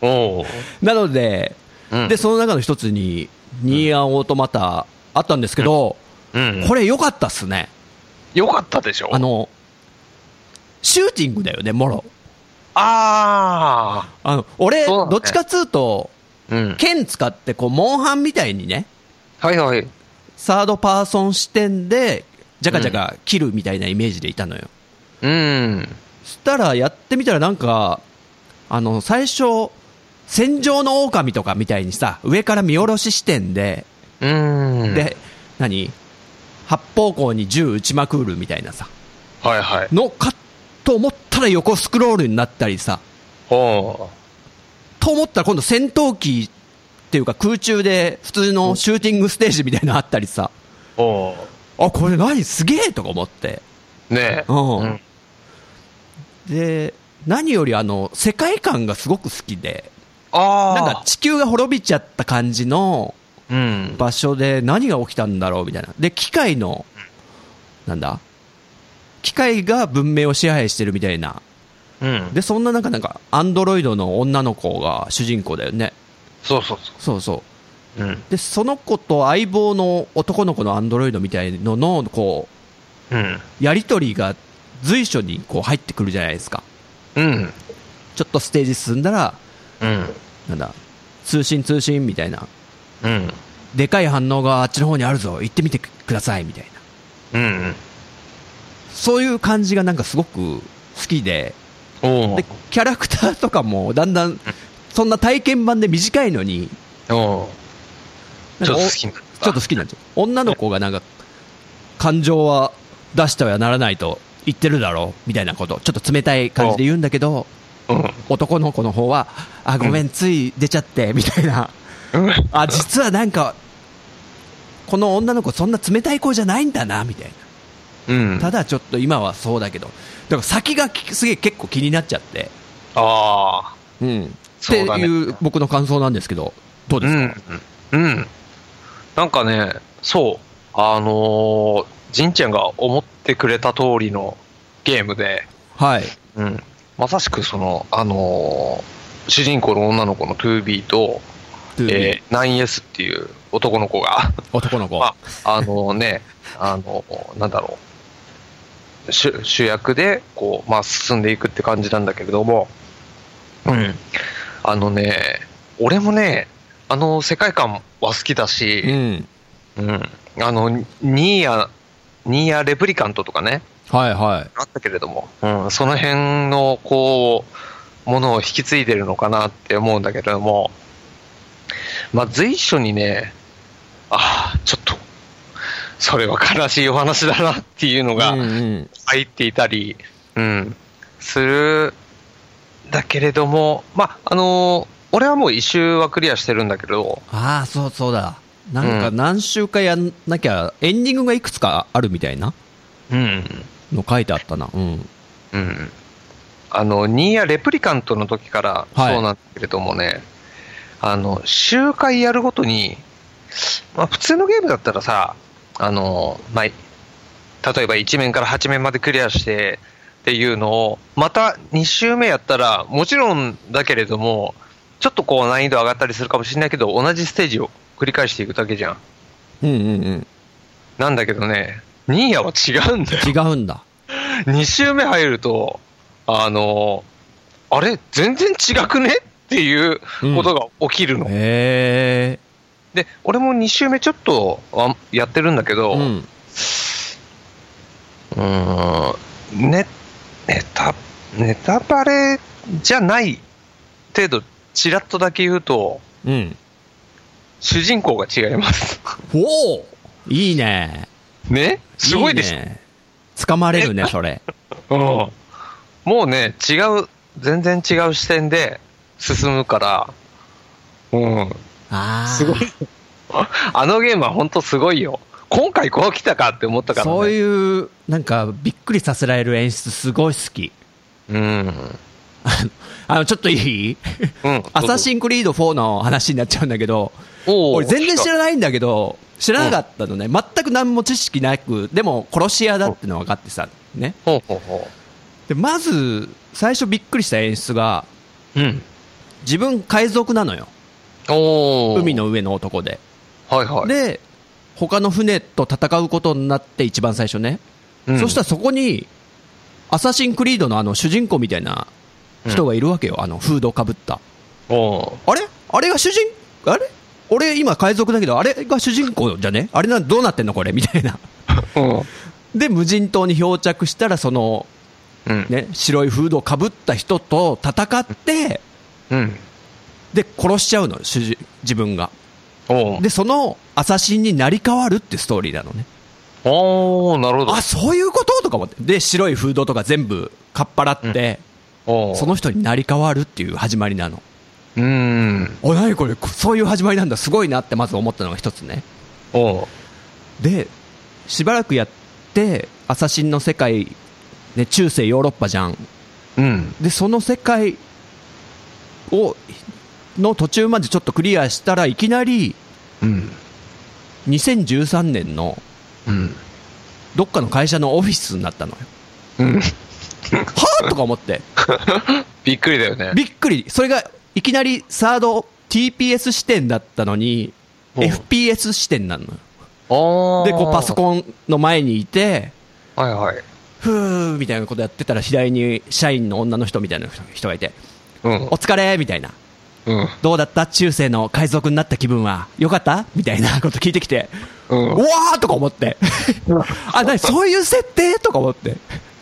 B: た。おお。
A: なので、
B: うん
A: で、その中の一つに、ニーアンオートマタあったんですけど、
B: うん。
A: これ良かったっすね。
B: よかったでしょ
A: あ、の、シューティングだよね、もろ。
B: あ
A: あの、俺、
B: そうだね
A: どっちかっつうと、
B: あ。うん。
A: 剣使って、こう、モンハンみたいにね、
B: はいはい。
A: サードパーソン視点で、じゃかじゃか切るみたいなイメージでいたのよ。
B: うん。
A: そしたら、やってみたらなんか、あの、最初、戦場の狼とかみたいにさ、上から見下ろし視点で、
B: うーん。、
A: で、何八方向に銃撃ちまくるみたいなさ、
B: はいはい。
A: のかと思ったら横スクロールになったりさ、
B: ほ
A: と思ったら今度戦闘機っていうか空中で普通のシューティングステージみたいなのあったりさ、
B: う。ほ
A: あ、これ何すげえとか思って。
B: う。ねえ。
A: うん
B: うん
A: で、何よりあの、世界観がすごく好きで、
B: ああ。
A: なんか、地球が滅びちゃった感じの
B: うん。
A: 場所で何が起きたんだろうみたいな。で、機械の、なんだ機械が文明を支配してるみたいな。
B: うん。
A: で、そんな中なんか、アンドロイドの女の子が主人公だよね。
B: そうそうそ
A: そうそう。
B: う。うん。
A: で、その子と相棒の男の子のアンドロイドみたいのの、こ
B: うん。
A: う、やりとりが随所にこう入ってくるじゃないですか。
B: うん。
A: ちょっとステージ進んだら、
B: うん。
A: なんだ、通信通信みたいな。
B: うん。
A: でかい反応があっちの方にあるぞ。行ってみてください。みたいな。
B: うん。
A: そういう感じがなんかすごく好きで、
B: おう
A: で、キャラクターとかもだんだん、そんな体験版で短いのに、
B: おう
A: なん
B: ちょ
A: かお
B: っと好
A: ち
B: き
A: ょ
B: になっ
A: っと好きになっちゃう。女の子がなんか、感情は出してはならないと言ってるだろう、みたいなこと、ちょっと冷たい感じで言うんだけど、
B: た。うん。
A: 男の子の方は、あ、ごめん、つい出ちゃって、みたい
B: <laughs>
A: な。
B: うん
A: あ、実はなんか、この女の子そんな冷たい子じゃないんだな、みたいな。
B: うん。
A: た
B: あ
A: だちょっと今はそうだけど、だから先がきすげえ結構気になっちゃって、
B: あ
A: うん、って
B: そうだね
A: いう僕の感想なんですけど、どう
B: ー。
A: ですか、
B: うん。うん。なんかね、そう。あのー、じんちゃんが思ってくれた通りのゲームで、
A: はい、
B: うん。まさしくその、あのー、主人公の女の子の 2B と、えー、9S っていう男の子 <laughs> が、
A: 男の子、
B: まあ、あのね、あの、なんだろう、主主役で、こう、まあ、進んでいくって感じなんだけれども、うん。あのね、俺もね、あの世界観は好きだ
A: う
B: し、
A: ん、
B: うん。あの、ニーヤ、ニーヤレプリカントとかね、
A: はいはい、
B: あったけれども、うん、その辺の、こう、ものを引き継いでるのかなって思うんだけれども、まあ、随所にね、ああ、ちょっと、それは悲しいお話だなっていうの
A: うん
B: が
A: うん
B: 入っていたり、うん、する、だけれども、まあ、あのー俺はもう一周はクリアしてるんだけど、
A: ああ、そうそうだ、なんか
B: うん
A: 何週かやんなきゃ、エンディングがいくつかあるみたいな
B: うん、
A: の書いてあったな、うん、
B: うん。あの、ニーヤレプリカントの時から
A: はい
B: そうなんだけれどもね、あの、周回やるごとに、まあ普通のゲームだったらさ、あの、まあ、例えば1面から8面までクリアしてっていうのを、また2周目やったら、もちろんだけれども、ちょっとこう難易度上がったりするかもしれないけど、同じステージを繰り返していくだけじゃん。
A: うんうんうん、
B: なんだけどね、ニーヤは違うんだよ。
A: 違うんだ、
B: <laughs> 2周目入ると、あのあれ、全然違くねっていうことが起きるの。
A: へえ、
B: で、俺も2周目ちょっとはやってるんだけど、
A: う
B: うん、
A: ん、
B: ーんね、ネタ、ネタバレじゃない程度、ちらっとだけ言うと、
A: うん、
B: 主人公が違い <laughs> ます。
A: おお、いいね、
B: ねすごいでしょ
A: ね、掴まれるね、そ
B: <laughs>
A: れ、
B: うんもうね、違う、全然違う視点で進むから、うん、
A: ああ、
B: すごい。 <laughs> あのゲームは本当すごいよ。今回こう来たかって思ったから、ね。
A: そういう、なんか、びっくりさせられる演出、すごい好き。
B: うん。
A: あの、ちょっといい
B: うん。
A: アサシンクリード4の話になっちゃうんだけど、
B: おう
A: 俺全然知
B: 来
A: らないんだけど、知らなかったのね。全く何も知識なく、でも殺し屋だっての分かってさ、ね。
B: た。ほうほうほ
A: で、まず、最初びっくりした演出が、
B: う。うん。
A: 自分海賊なのよ。
B: おお。
A: 海。の上の男で。
B: はいはい。
A: で、他の船と戦うことになって一番最初ね。
B: うん
A: そしたらそこに、アサシンクリードのあの主人公みたいな人がいるわけよ、あのフードをかぶった。
B: おう
A: あれあれが主人、あれ俺今海賊だけど、あれが主人公じゃねあれなんどうなってんのこれみたいな。
B: うん。
A: で、無人島に漂着したら、その、
B: うん。
A: ね、白いフードをかぶった人と戦って、
B: うん。
A: で、殺しちゃうの、主人自分が。
B: おう。
A: で、そのアサシンになり変わるってストーリーなのね。
B: おー、なるほど
A: あ、。そういうこととか思って。で、白いフードとか全部かっぱらって、
B: おー
A: その人になり変わるっていう始まりなの。
B: うーん。
A: お、なにこれ、こそういう始まりなんだ。すごいなってまず思ったのが一つね。
B: おー
A: で、しばらくやって、アサシンの世界、ね、中世ヨーロッパじゃん。
B: うん。
A: で、その世界を、の途中までちょっとクリアしたらいきなり、
B: うん。
A: 2013年の
B: うん。
A: どっかの会社のオフィスになったのよ。
B: うん。
A: はぁとか思って。
B: びっくりだよね。
A: びっくり。それが、いきなりサード TPS 視点だったのに、
B: うん
A: FPS 視点なのよ。
B: おー。
A: で、こうパソコンの前にいて、
B: ン。はいはい。
A: ふーみたいなことやってたら、左に社員の女の人みたいな人がいて、
B: うん
A: お。疲れみたいな。
B: うん。
A: どうだった中世の海賊になった気分は。よかったみたいなこと聞いてきて、
B: う
A: うんわーとか思
B: <laughs>
A: って。あ、なにそういう設定とか思って。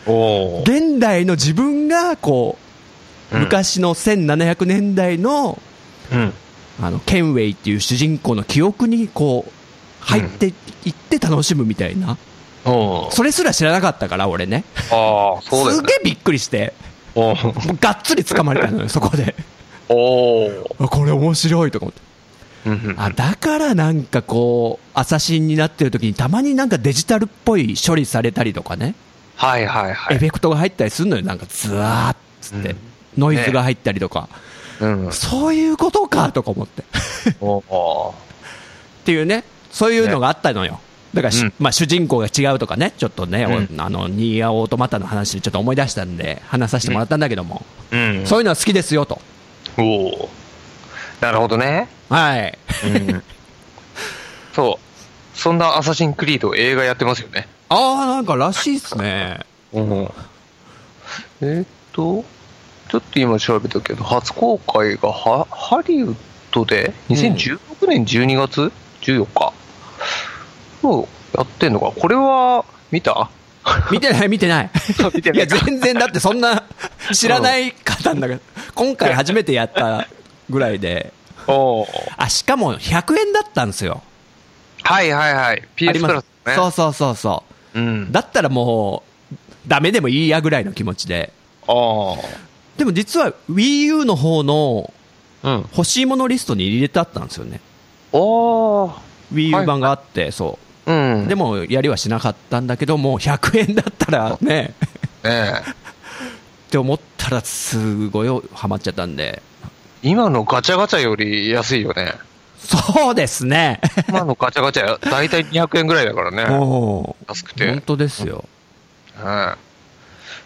B: おー。
A: 現代の自分が、こう、
B: うん
A: 昔の1700年代の、
B: うん。
A: あの、ケンウェイっていう主人公の記憶に、こう、入っていって楽しむみたいな。
B: おー。
A: それすら知らなかったから、俺ね。
B: あー、そうだよ
A: す
B: ね
A: げ。えびっくりして、
B: おー。
A: もうがっつり掴まれたのよ、そこ
B: <laughs>
A: で。
B: おー。
A: あこれ面白いとか思って。
B: うん
A: あ、だからなんかこう、アサシンになってる時にたまになんかデジタルっぽい処理されたりとかね。
B: はいはいは
A: エフ
B: い。
A: ェクトが入ったりするのよ、なんかズワーっつって。
B: うん
A: ノイズが入ったりとか。
B: うん。
A: そういうことかとか思って。
B: おー。
A: っていうね、そういうのがあったのよ。だからし、
B: うん
A: まあ、主人公が違うとかね、ちょっとね、
B: うん
A: おあのニーヤオートマタの話でちょっと思い出したんで、話させてもらったんだけども、 <laughs>
B: うん。
A: そういうのは好きですよと、
B: おー。なるほどね。
A: はい、
B: うん。 <laughs> そう。そんなアサシンクリード映画やってますよね。
A: ああ、なんからしいっすね、
B: うん。えーっと、ちょっと今調べたけど、初公開がハハリウッドで2016年12月14日。そう、やってんのか。これは、見た <laughs>
A: 見てない、見てない、
B: 見て
A: いや、全然だって、そんな知らない方なんだから、今回初めてやったぐらいで、
B: おー
A: あしかも100円だったんですよ、
B: はいはいはい。
A: あり
B: PS
A: ま
B: プ
A: す
B: ラスね。。
A: そうそうそうそうう、
B: ん。
A: だったらもう、ダメでもいいやぐらいの気持ちで、
B: あー
A: でも実は WiiU の方の
B: うん。
A: 欲しいものリストに入れてあったんですよね。
B: おー
A: Wii
B: は
A: U
B: い
A: 版があって、そ
B: うん。
A: う。で
B: も、
A: も、やりはしなかったんだけど、もう100円だったらね、
B: ねえ、
A: って思ったら、すごいハマっちゃったんで。
B: 今のガチャガチャより安いよ
A: <laughs>
B: ね。
A: そうですね。
B: 今のガチャガチャ、だいたい200円ぐらいだからね。
A: もう、
B: 安くて。
A: 本当ですよ。
B: うん。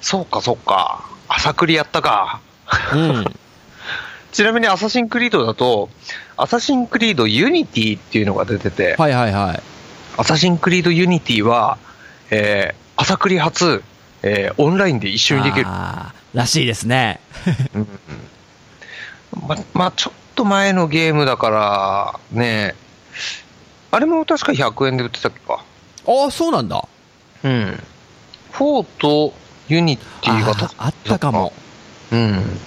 B: そうか、そうか。朝クリやったか。
A: うん。
B: ちなみにアサシンクリードだと、アサシンクリードユニティっていうのが出てて、
A: はいはいはい。
B: アサシンクリードユニティは、えー、朝クリ初、えーオンラインで一緒にできる。
A: あーらしいですね。
B: うんうんま、まあちょっと前のゲームだから、ね、あれも確か100円で売ってたっけか。
A: ああ、そうなんだ。
B: うん。4とユニティが
A: あーあったかも。。
B: うん。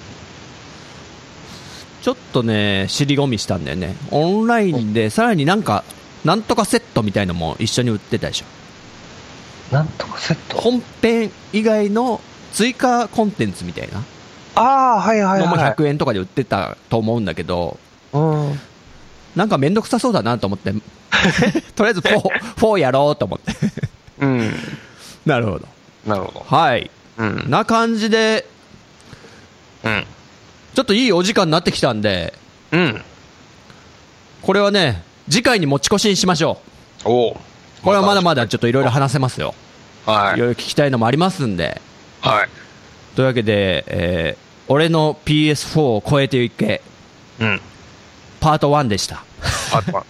A: ちょっとね、尻込みしたんだよね。オンラインで、さらになんか、なんとかセットみたいのも一緒に売ってたでしょ。
B: なんとかセット。
A: 本編以外の追加コンテンツみたいな
B: ああ、はいはい
A: のも
B: はい。
A: 100円とかで売ってたと思うんだけど、
B: うん。
A: なんかめんどくさそうだなと思って、とりあえず 4, 4やろうと思って。
B: うん。
A: なるほど。
B: なるほど。
A: はい。
B: うん。
A: な感じで、
B: うん。
A: ちょっといいお時間になってきたんで、
B: うん。
A: これはね、次回に持ち越しにしましょ
B: おう
A: う。これはまだまだちょっといろいろ話せますよ。
B: はいい。
A: ろいろ聞きたいのもありますんで。
B: はい。
A: というわけで、えー俺の PS4 を超えていけ、
B: うん。
A: パート1でした。
B: あとは。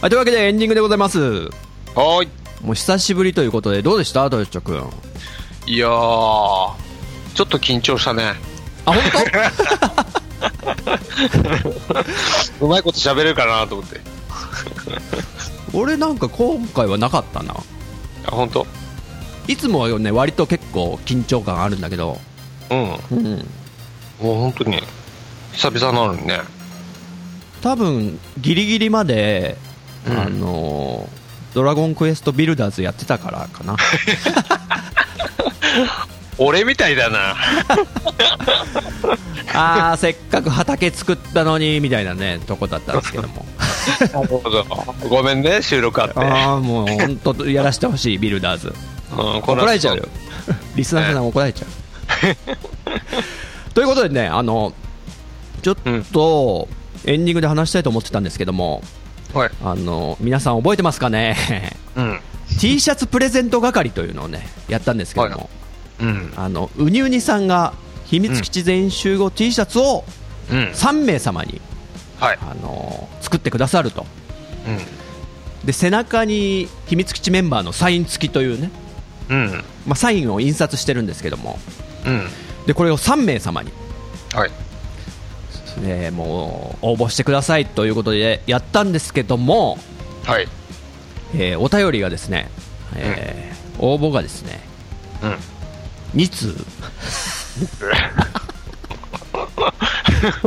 A: はい、というわけでエンディングでございます。
B: はーい。
A: もう久しぶりということで、どうでしたトヨッチョくん。あ、
B: いやー、ちょっと緊張したね。
A: 本
B: うまいこと喋れるかなと思って。
A: <laughs> 当俺なんか今回はなかったな。
B: あ、本当。
A: いつもよね割と結構緊張感あるんだけど、
B: うん。もう
A: うん、
B: 本当に、久々なのにね。
A: 多分ギリギリまで、
B: うん
A: あのドラゴンクエストビルダーズやってたから
B: <laughs>
A: かな
B: 俺みたいだな。
A: あーせっかく畑作ったのにみたいなねとこだったんですけども
B: なるほどごめんね、収 <laughs> 録あっ
A: <laughs>
B: て。
A: ああもう本当やらせてほしいビルダーズ
B: うん
A: 怒られち
B: <laughs>
A: ゃうよ。リスナーさん怒られちゃうということでねあのちょっとエンディングで話したいと思ってたんですけども
B: はい。
A: あの皆さん覚えてますかね <laughs>
B: うん。
A: T シャツプレゼント係というのをねやったんですけども、
B: はいうん。
A: あのウニウニさんが秘密基地全員集合 T シャツを
B: うん。
A: 3名様に、
B: はい。
A: あの作ってくださると
B: う
A: で背中に秘密基地メンバーのサイン付きというね、
B: ん。うん。
A: まあ、サインを印刷してるんですけども
B: うん。
A: でこれを3名様に、
B: はい。
A: えーもう応募してくださいということでやったんですけども、
B: はい。
A: えーお便りがですね、えー応募がですね
B: うん。
A: 2通
B: <laughs>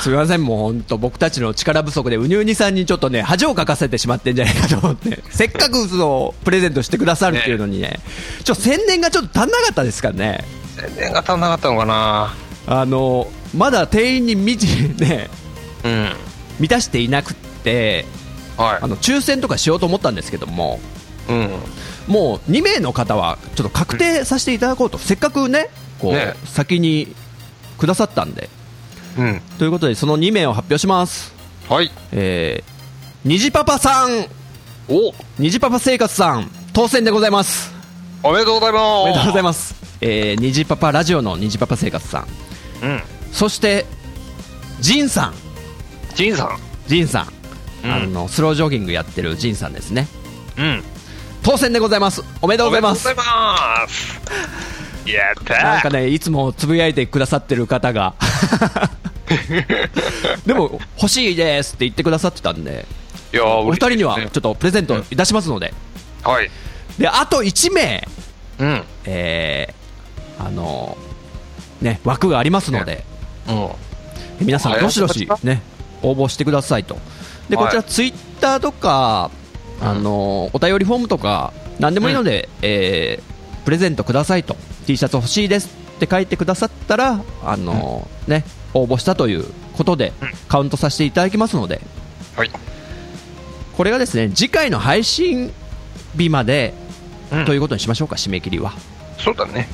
A: すみません、もう本当、僕たちの力不足で、うにゅうにさんにちょっとね、恥をかかせてしまってんじゃないかと思
B: <laughs>
A: って、せっかくそのプレゼントしてくださるっていうのにね、ちょっと宣伝がちょっと足んなかったですからね、
B: 宣伝が足んなかったのかな
A: あのまだ定員に満ち、ね、
B: うん。
A: 満たしていなくって、あ
B: は
A: の抽選とかしようと思ったんですけども、
B: い。うん。
A: もう2名の方はちょっと確定させていただこうと、せっかくね、こ
B: ね
A: う先にくださったんで。
B: うん。
A: ということで、その2名を発表します。
B: はい。
A: えー、虹パパさん
B: お
A: 虹パパ生活さん当選でございます
B: おめでとうございます。
A: お
B: お
A: めでとうござい
B: ま
A: ます、えー、虹パパラジオの虹パパ生活さん
B: す。うん。
A: そしてジンさん
B: ジンさ
A: ジンさん、
B: うん
A: あのスロージョギングやってるジンさんですね
B: ん。うん。
A: 当選でございますおめでとうございます
B: おめでとうございます。やった
A: <laughs>
B: ー。
A: なんかねいつもつぶやいてくださってる方が
B: <laughs>
A: でも欲しいですって言ってくださってたんで
B: いやー
A: お二人には
B: 嬉しい
A: ちょ
B: で
A: っとプレゼントいたしますのです
B: ねはい。
A: であと1名
B: うん。
A: えーあのね、枠がありますので、
B: うん。
A: 皆さん、
B: はい
A: どしどし、ね、応募してくださいと、でこちら、
B: はい
A: ツイッターとか、あのお便りフォームとか、なんでもいいので、えープレゼントくださいと、T シャツ欲しいですって書いてくださったら、あのね、応募したということで、カウントさせていただきますので、
B: はい。
A: これがですね次回の配信日まで
B: うん
A: ということにしましょうか、締め切りは。
B: そうだね。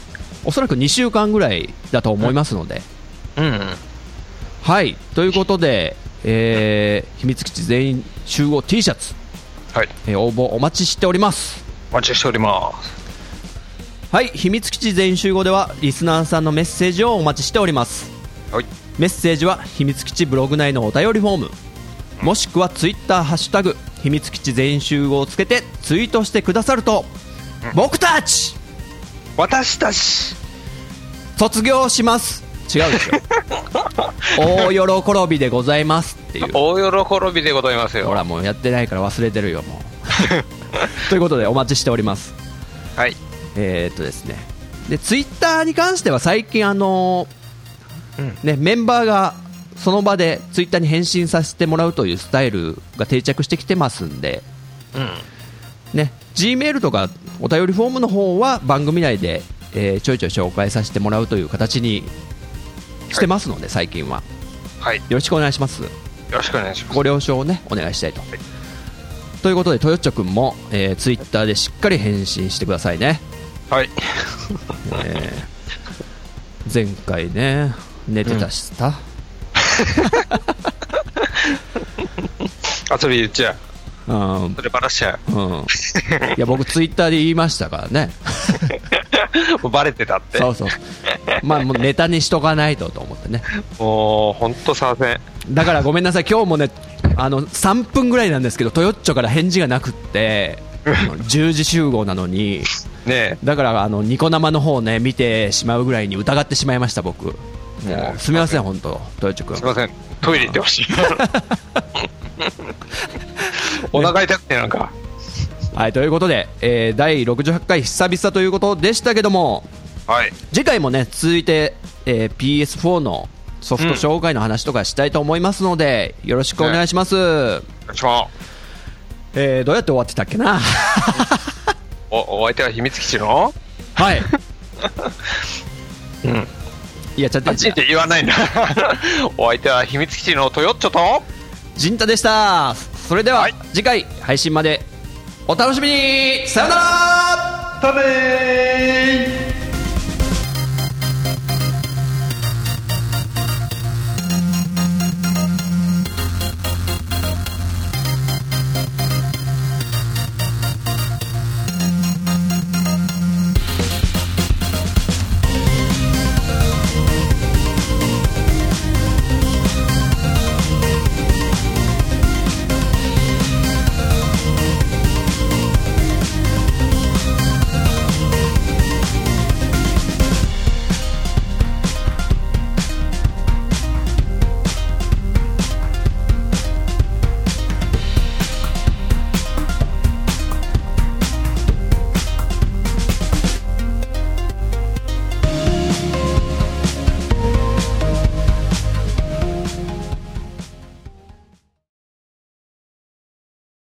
A: おそらく2週間ぐらいだと思いますので。
B: うんうん。
A: はい、ということで、えー秘密基地全員集合 T シャツ、
B: はい。
A: えー応募お待ちしております。
B: お待ちしております。
A: はい、秘密基地全員集合ではリスナーさんのメッセージをお待ちしております。
B: はい。
A: メッセージは秘密基地ブログ内のお便りフォーム、もしくはツイッターハッシュタグ秘密基地全員集合をつけてツイートしてくださると、僕たち
B: 私たち。
A: 卒業します。違うでしょ。大喜びでございますっていう。
B: 大喜びでございますよ。
A: ほらもうやってないから忘れてるよも
B: <laughs>
A: うということでお待ちしております
B: はい。
A: えー、っとですねでツイッターに関しては最近あのー
B: うん
A: ねメンバーがその場でツイッターに返信させてもらうというスタイルが定着してきてますんで
B: うん。
A: ね G メールとかお便りフォームの方は番組内で、えーちょいちょい紹介させてもらうという形にしてますので、最近は
B: はい。よ
A: よろしくお願いします
B: ろしくお願いします。
A: ご了承をねお願いしたいと、
B: い
A: ということでトヨッチョくんも、えー、ツイッターでしっかり返信してくださいね、
B: はい。
A: えー前回ね寝てたしさ、
B: あ、それ言っちゃう。
A: うんうん
B: それバラしち <laughs> ゃ
A: いや僕ツイッターで言いましたからね
B: う。もうバレてたっ
A: <laughs>
B: て。
A: そうそうまあもうネタにしとかないとと思ってね
B: もう、ほんとさせん。
A: だからごめんなさい今日もねあの3分ぐらいなんですけどトヨッチョから返事がなく <laughs> ってあの10時集合なのに
B: ね
A: だからあのニコ生の方ね見てしまうぐらいに疑ってしまいました僕もうすみません本当豊地君
B: え。すいません。トイレ行って <laughs> ほしい。お腹痛くてなんか。
A: はい、ということで、えー第68回久々ということでしたけども、
B: はい。
A: 次回もね、続いて、えー PS4 のソフト紹介の話とかしたいと思いますので、よろしくお願いします。
B: お願いしま
A: えーどうやって終わってたっけな
B: すお、お相手は秘密基地の
A: <laughs> <laughs> はい。
B: うん。
A: いや、ちゃっ
B: <laughs> あ
A: と
B: っ、ちって言わないん <laughs> だ。お相手は秘密基地のトヨッチョと、
A: ジンタでした。それでは、
B: はい
A: 次回配信までお楽しみにさよなら
B: たねー